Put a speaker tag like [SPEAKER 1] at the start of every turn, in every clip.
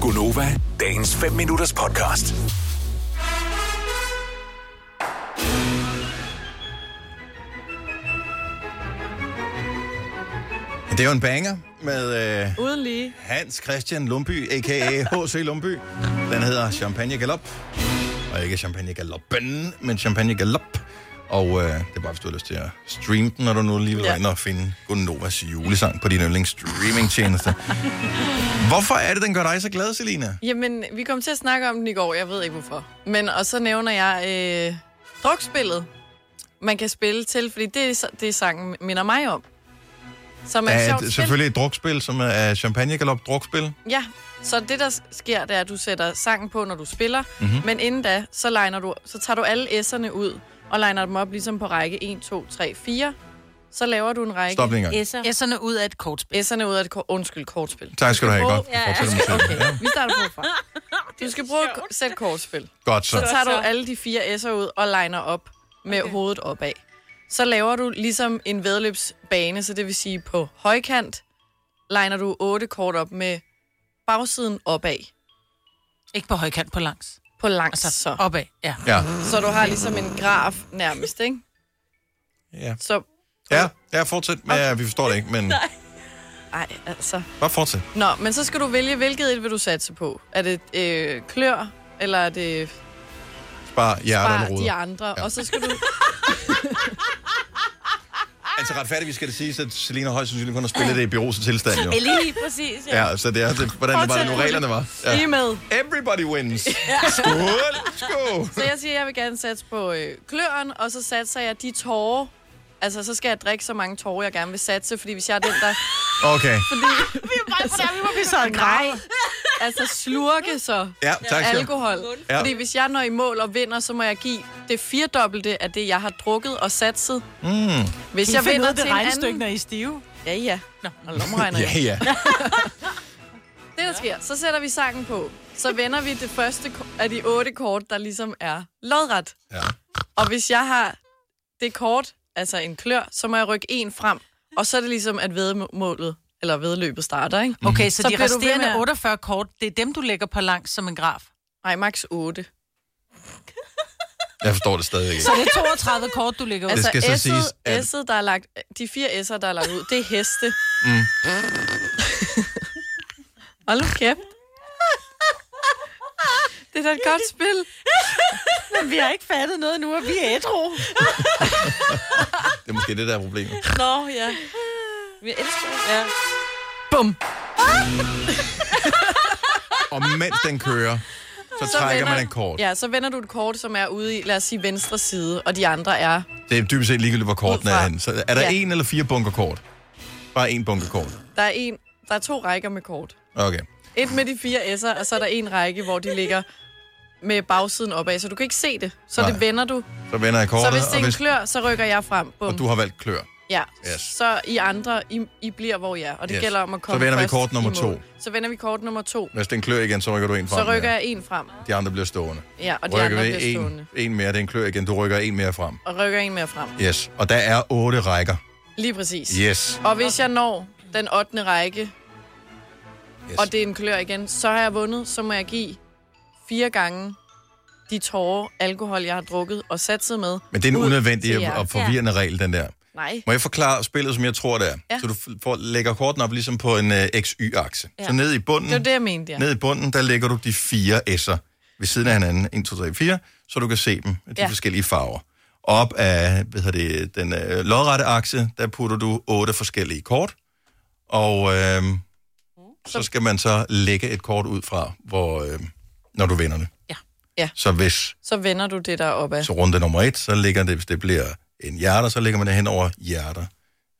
[SPEAKER 1] Gunova, dagens 5 minutters podcast.
[SPEAKER 2] Det er jo en banger med øh,
[SPEAKER 3] Uden lige.
[SPEAKER 2] Hans Christian Lumby, a.k.a. H.C. Lumby. Den hedder Champagne Galop. Og ikke Champagne Galoppen, men Champagne Galop. Og øh, det er bare, hvis du har lyst til at streame den, når du nu lige vil
[SPEAKER 3] Ja.
[SPEAKER 2] ja. og finde Gunnovas julesang på din yndlingsstreamingtjeneste. Hvorfor er det, den gør dig så glad, Selina?
[SPEAKER 3] Jamen, vi kom til at snakke om den i går, jeg ved ikke hvorfor. Men, og så nævner jeg øh, drukspillet, man kan spille til, fordi det, er så- det sangen minder mig om. Som er,
[SPEAKER 2] Der
[SPEAKER 3] er
[SPEAKER 2] er
[SPEAKER 3] sjovt
[SPEAKER 2] et,
[SPEAKER 3] spil.
[SPEAKER 2] selvfølgelig et drukspil, som er Champagne Galop drukspil.
[SPEAKER 3] Ja, så det der sker, det er, at du sætter sangen på, når du spiller,
[SPEAKER 2] Mhm.
[SPEAKER 3] mm-hmm. men inden da, så, liner du, så tager du alle S'erne ud og liner dem op ligesom på række 1, 2, 3, 4. Så laver du en række
[SPEAKER 2] Stop lige en gang.
[SPEAKER 4] S'er.
[SPEAKER 5] S'erne ud af et kortspil.
[SPEAKER 3] S'erne ud af et kor- undskyld, kortspil.
[SPEAKER 2] Tak skal du have.
[SPEAKER 3] Åh,
[SPEAKER 2] Godt.
[SPEAKER 4] ja, ja.
[SPEAKER 2] Fortsæt med
[SPEAKER 3] Okay,
[SPEAKER 2] selv. Ja.
[SPEAKER 3] vi starter forfra. Du skal bruge et sæt kortspil.
[SPEAKER 2] Godt så.
[SPEAKER 3] Så tager du
[SPEAKER 4] så.
[SPEAKER 3] alle de fire S'er ud og liner op med okay. hovedet opad. Så laver du ligesom en vedløbsbane, så det vil sige på højkant, liner du otte kort op med bagsiden opad
[SPEAKER 5] Ikke på højkant, på langs.
[SPEAKER 3] på langs.
[SPEAKER 5] Så,
[SPEAKER 3] Altså,
[SPEAKER 5] så.
[SPEAKER 3] så.
[SPEAKER 5] opad, ja.
[SPEAKER 2] Ja.
[SPEAKER 3] så du har ligesom en graf nærmest, ikke?
[SPEAKER 2] Ja.
[SPEAKER 3] Så,
[SPEAKER 2] Ja, ja, fortsæt. Men, ja, vi forstår det ikke, men
[SPEAKER 3] ej, altså.
[SPEAKER 2] bare fortsæt.
[SPEAKER 3] Nå, men så skal du vælge, hvilket et vil du satse på? Er det øh, klør, eller er det
[SPEAKER 2] Bare hjerter
[SPEAKER 3] bare
[SPEAKER 2] eller
[SPEAKER 3] de
[SPEAKER 2] ruder.
[SPEAKER 3] andre?
[SPEAKER 2] Ja.
[SPEAKER 3] Ja. Og så skal du...
[SPEAKER 2] Altså retfærdigvis skal det siges, at Selina højst sandsynligt kun har spillet det i berose tilstand, jo.
[SPEAKER 4] Lige præcis, ja.
[SPEAKER 2] Ja, så det er, det, hvordan det var det nu
[SPEAKER 3] Fortsæt.
[SPEAKER 2] reglerne var.
[SPEAKER 3] Lige
[SPEAKER 2] Ja.
[SPEAKER 3] med.
[SPEAKER 2] Everybody wins. Skål, skål.
[SPEAKER 3] Så jeg siger, at jeg vil gerne satse på øh, kløren, og så satser jeg de tårer. Altså, så skal jeg drikke så mange tårer, jeg gerne vil satse, fordi hvis jeg er den, der...
[SPEAKER 2] Okay,
[SPEAKER 3] Nej! Altså, slurke så
[SPEAKER 2] ja, tak skal du have.
[SPEAKER 3] alkohol.
[SPEAKER 2] Ja.
[SPEAKER 3] Ja. Fordi hvis jeg når i mål og vinder, så må jeg give det firedobbelte af det, jeg har drukket og satset. Mm. Hvis jeg vinder til en anden...
[SPEAKER 5] når I er stive.
[SPEAKER 3] Ja, ja. Nå,
[SPEAKER 2] Ja, ja.
[SPEAKER 3] Det, der sker, så sætter vi sangen på. Så vender vi det første ko- af de otte kort, der ligesom er lodret.
[SPEAKER 2] ja.
[SPEAKER 3] Og hvis jeg har det kort, altså en klør, så må jeg rykke en frem. Og så er det ligesom, at vedmålet, eller vedløbet starter, ikke?
[SPEAKER 5] Mm-hmm. Okay, så,
[SPEAKER 3] Så
[SPEAKER 5] så de
[SPEAKER 3] bliver du ved
[SPEAKER 5] resterende
[SPEAKER 3] med at-
[SPEAKER 5] 48 kort, det er dem, du lægger på langs som en graf.
[SPEAKER 3] Nej, maks 8.
[SPEAKER 2] Jeg forstår det stadig ikke.
[SPEAKER 5] Så det er 32 kort, du lægger ud.
[SPEAKER 3] Altså,
[SPEAKER 2] skal så
[SPEAKER 3] S'et,
[SPEAKER 2] siges, at-
[SPEAKER 3] S'et, der er lagt, de fire S'er, der er lagt ud, det er heste. Mm. Hold nu kæft. Det er da et godt spil.
[SPEAKER 5] vi har ikke fattet noget nu, og vi er ædru.
[SPEAKER 2] Det er måske det, der er problemet.
[SPEAKER 3] Nå, ja. Vi elsker det. Ja.
[SPEAKER 5] Bum.
[SPEAKER 2] Og mens den kører, så trækker man en kort.
[SPEAKER 3] Ja, så vender du et kort, som er ude i, lad os sige, venstre side, og de andre er...
[SPEAKER 2] Det er dybest set ligegyldigt, hvor korten
[SPEAKER 3] Ud
[SPEAKER 2] er
[SPEAKER 3] fra.
[SPEAKER 2] henne. Så er der
[SPEAKER 3] Ja.
[SPEAKER 2] en eller fire bunker kort? Bare en bunker kort.
[SPEAKER 3] Der er, en, der er to rækker med kort.
[SPEAKER 2] Okay.
[SPEAKER 3] Et med de fire S'er, og så er der en række, hvor de ligger med bagsiden opad, så du kan ikke se det. Så
[SPEAKER 2] Nej.
[SPEAKER 3] det vender du.
[SPEAKER 2] Så vender jeg kortet,
[SPEAKER 3] Så hvis det
[SPEAKER 2] og,
[SPEAKER 3] er en
[SPEAKER 2] hvis,
[SPEAKER 3] klør, så rykker jeg frem. Bum.
[SPEAKER 2] og du har valgt klør.
[SPEAKER 3] Ja,
[SPEAKER 2] Yes.
[SPEAKER 3] så I andre, I, I bliver, hvor I er. Og det
[SPEAKER 2] Yes.
[SPEAKER 3] gælder om at
[SPEAKER 2] Så
[SPEAKER 3] komme
[SPEAKER 2] vender vi
[SPEAKER 3] først
[SPEAKER 2] kort nummer
[SPEAKER 3] i mål.
[SPEAKER 2] to.
[SPEAKER 3] Så vender vi kort nummer to.
[SPEAKER 2] Hvis det er en klør igen, så rykker du en frem.
[SPEAKER 3] Så rykker
[SPEAKER 2] ja.
[SPEAKER 3] jeg en frem,
[SPEAKER 2] De andre bliver stående.
[SPEAKER 3] ja, og de andre
[SPEAKER 2] vi
[SPEAKER 3] bliver stående.
[SPEAKER 2] en, en mere, det er en klør igen, du rykker en mere frem.
[SPEAKER 3] Og rykker en mere frem.
[SPEAKER 2] Yes, og der er otte rækker.
[SPEAKER 3] Lige præcis.
[SPEAKER 2] Yes.
[SPEAKER 3] Og hvis jeg når den 8. række,
[SPEAKER 2] yes.
[SPEAKER 3] og det er en klør igen, så har jeg vundet, så må jeg give fire gange de tårer alkohol, jeg har drukket og satset med.
[SPEAKER 2] Men det er en
[SPEAKER 3] ud
[SPEAKER 2] unødvendig
[SPEAKER 3] til jer.
[SPEAKER 2] og- og forvirrende regel, den der.
[SPEAKER 3] Nej,
[SPEAKER 2] Må jeg forklare spillet, som jeg tror, det er?
[SPEAKER 3] Ja.
[SPEAKER 2] Så du f- får, lægger korten op ligesom på en øh, XY-akse.
[SPEAKER 3] Ja.
[SPEAKER 2] Så ned i bunden,
[SPEAKER 3] det var det, jeg mente, ja.
[SPEAKER 2] ned i bunden, der lægger du de fire S'er ved siden af hinanden. 1, 2, 3, 4. Så du kan se dem, de
[SPEAKER 3] Ja.
[SPEAKER 2] forskellige farver. Op af hvad hedder det, den øh, lodrette akse, der putter du otte forskellige kort. Og øh, så skal man så lægge et kort ud fra, hvor, øh, når du vinder det.
[SPEAKER 5] Ja.
[SPEAKER 3] Ja.
[SPEAKER 2] Så hvis
[SPEAKER 3] Så vender du det der opad.
[SPEAKER 2] så runde nummer et, så ligger det, hvis det bliver en hjerter, så ligger man det hen over hjerter.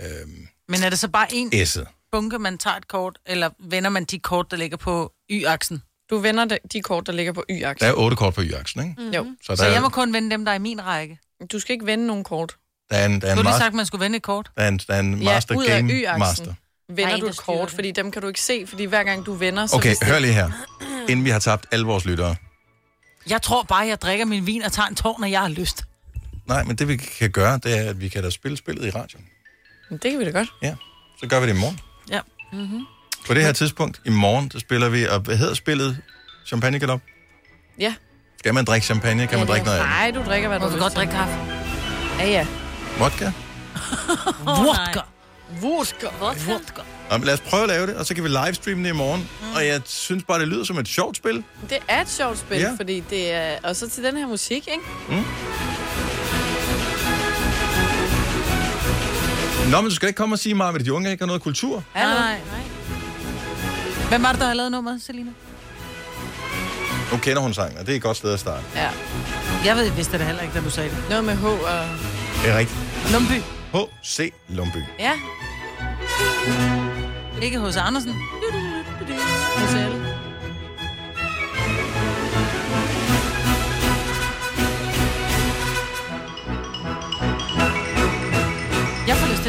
[SPEAKER 2] Øhm,
[SPEAKER 5] Men er det så bare en
[SPEAKER 2] S'et.
[SPEAKER 5] bunke, man tager et kort, eller vender man de kort, der ligger på y-aksen?
[SPEAKER 3] Du vender de- de kort, der ligger på y-aksen.
[SPEAKER 2] Der er otte kort på y-aksen, ikke?
[SPEAKER 3] Jo.
[SPEAKER 2] Så der,
[SPEAKER 5] Så jeg må
[SPEAKER 2] er,
[SPEAKER 5] kun vende dem, der er i min række.
[SPEAKER 3] Du skal ikke vende nogen kort.
[SPEAKER 2] der, er en, der, er
[SPEAKER 5] Du
[SPEAKER 2] en
[SPEAKER 5] har lige
[SPEAKER 2] master,
[SPEAKER 5] sagt, at man skulle vende et kort.
[SPEAKER 2] der, er en, der er en
[SPEAKER 3] Ja,
[SPEAKER 2] master
[SPEAKER 3] ud af
[SPEAKER 2] game
[SPEAKER 3] y-aksen.
[SPEAKER 2] master.
[SPEAKER 3] Vender
[SPEAKER 4] Ej,
[SPEAKER 3] du
[SPEAKER 4] der
[SPEAKER 3] et
[SPEAKER 4] styrer
[SPEAKER 3] kort,
[SPEAKER 4] den.
[SPEAKER 3] fordi dem kan du ikke se, fordi hver gang du vender... Så
[SPEAKER 2] Okay,
[SPEAKER 3] hvis det-
[SPEAKER 2] hør lige her. Inden vi har tabt alle vores lyttere.
[SPEAKER 5] Jeg tror bare, jeg drikker min vin og tager en tår, når jeg har lyst.
[SPEAKER 2] Nej, men det vi kan gøre, det er, at vi kan da spille spillet i radioen.
[SPEAKER 3] Men Det kan vi da godt.
[SPEAKER 2] Ja, så gør vi det i morgen.
[SPEAKER 5] Ja.
[SPEAKER 2] På det her tidspunkt, i morgen, der spiller vi, og hvad hedder spillet? Champagne Galop?
[SPEAKER 3] Ja.
[SPEAKER 2] Skal man drikke champagne? Kan man drikke noget andet?
[SPEAKER 3] Nej, du drikker, hvad du
[SPEAKER 5] Må vi
[SPEAKER 3] vil.
[SPEAKER 5] godt drikke kaffe?
[SPEAKER 3] Ja, ja.
[SPEAKER 2] Vodka?
[SPEAKER 5] Vodka.
[SPEAKER 3] Vodka.
[SPEAKER 5] Vodka.
[SPEAKER 2] Nå, men lad os prøve at lave det, og så kan vi livestreame det i morgen. Og jeg synes bare, det lyder som et sjovt spil.
[SPEAKER 3] Det er et sjovt spil,
[SPEAKER 2] Ja.
[SPEAKER 3] ja. fordi det er... Og så til den her musik, ikke?
[SPEAKER 2] Nå, men du skal ikke komme og sige mig, at de unge ikke har noget kultur.
[SPEAKER 5] Nej, nej, nej. Hvem var det, der har lavet nummeret, Selina?
[SPEAKER 2] Nu kender hun sangen, og det er et godt sted at starte.
[SPEAKER 3] Ja.
[SPEAKER 5] Jeg ved, vidste det heller ikke, da du sagde det.
[SPEAKER 3] Noget med H og...
[SPEAKER 2] Det er rigtigt.
[SPEAKER 5] Lumby.
[SPEAKER 2] H.C. Lundby.
[SPEAKER 3] Ja.
[SPEAKER 5] Ikke hos Andersen.
[SPEAKER 3] det ser det.
[SPEAKER 5] Jeg får lyst til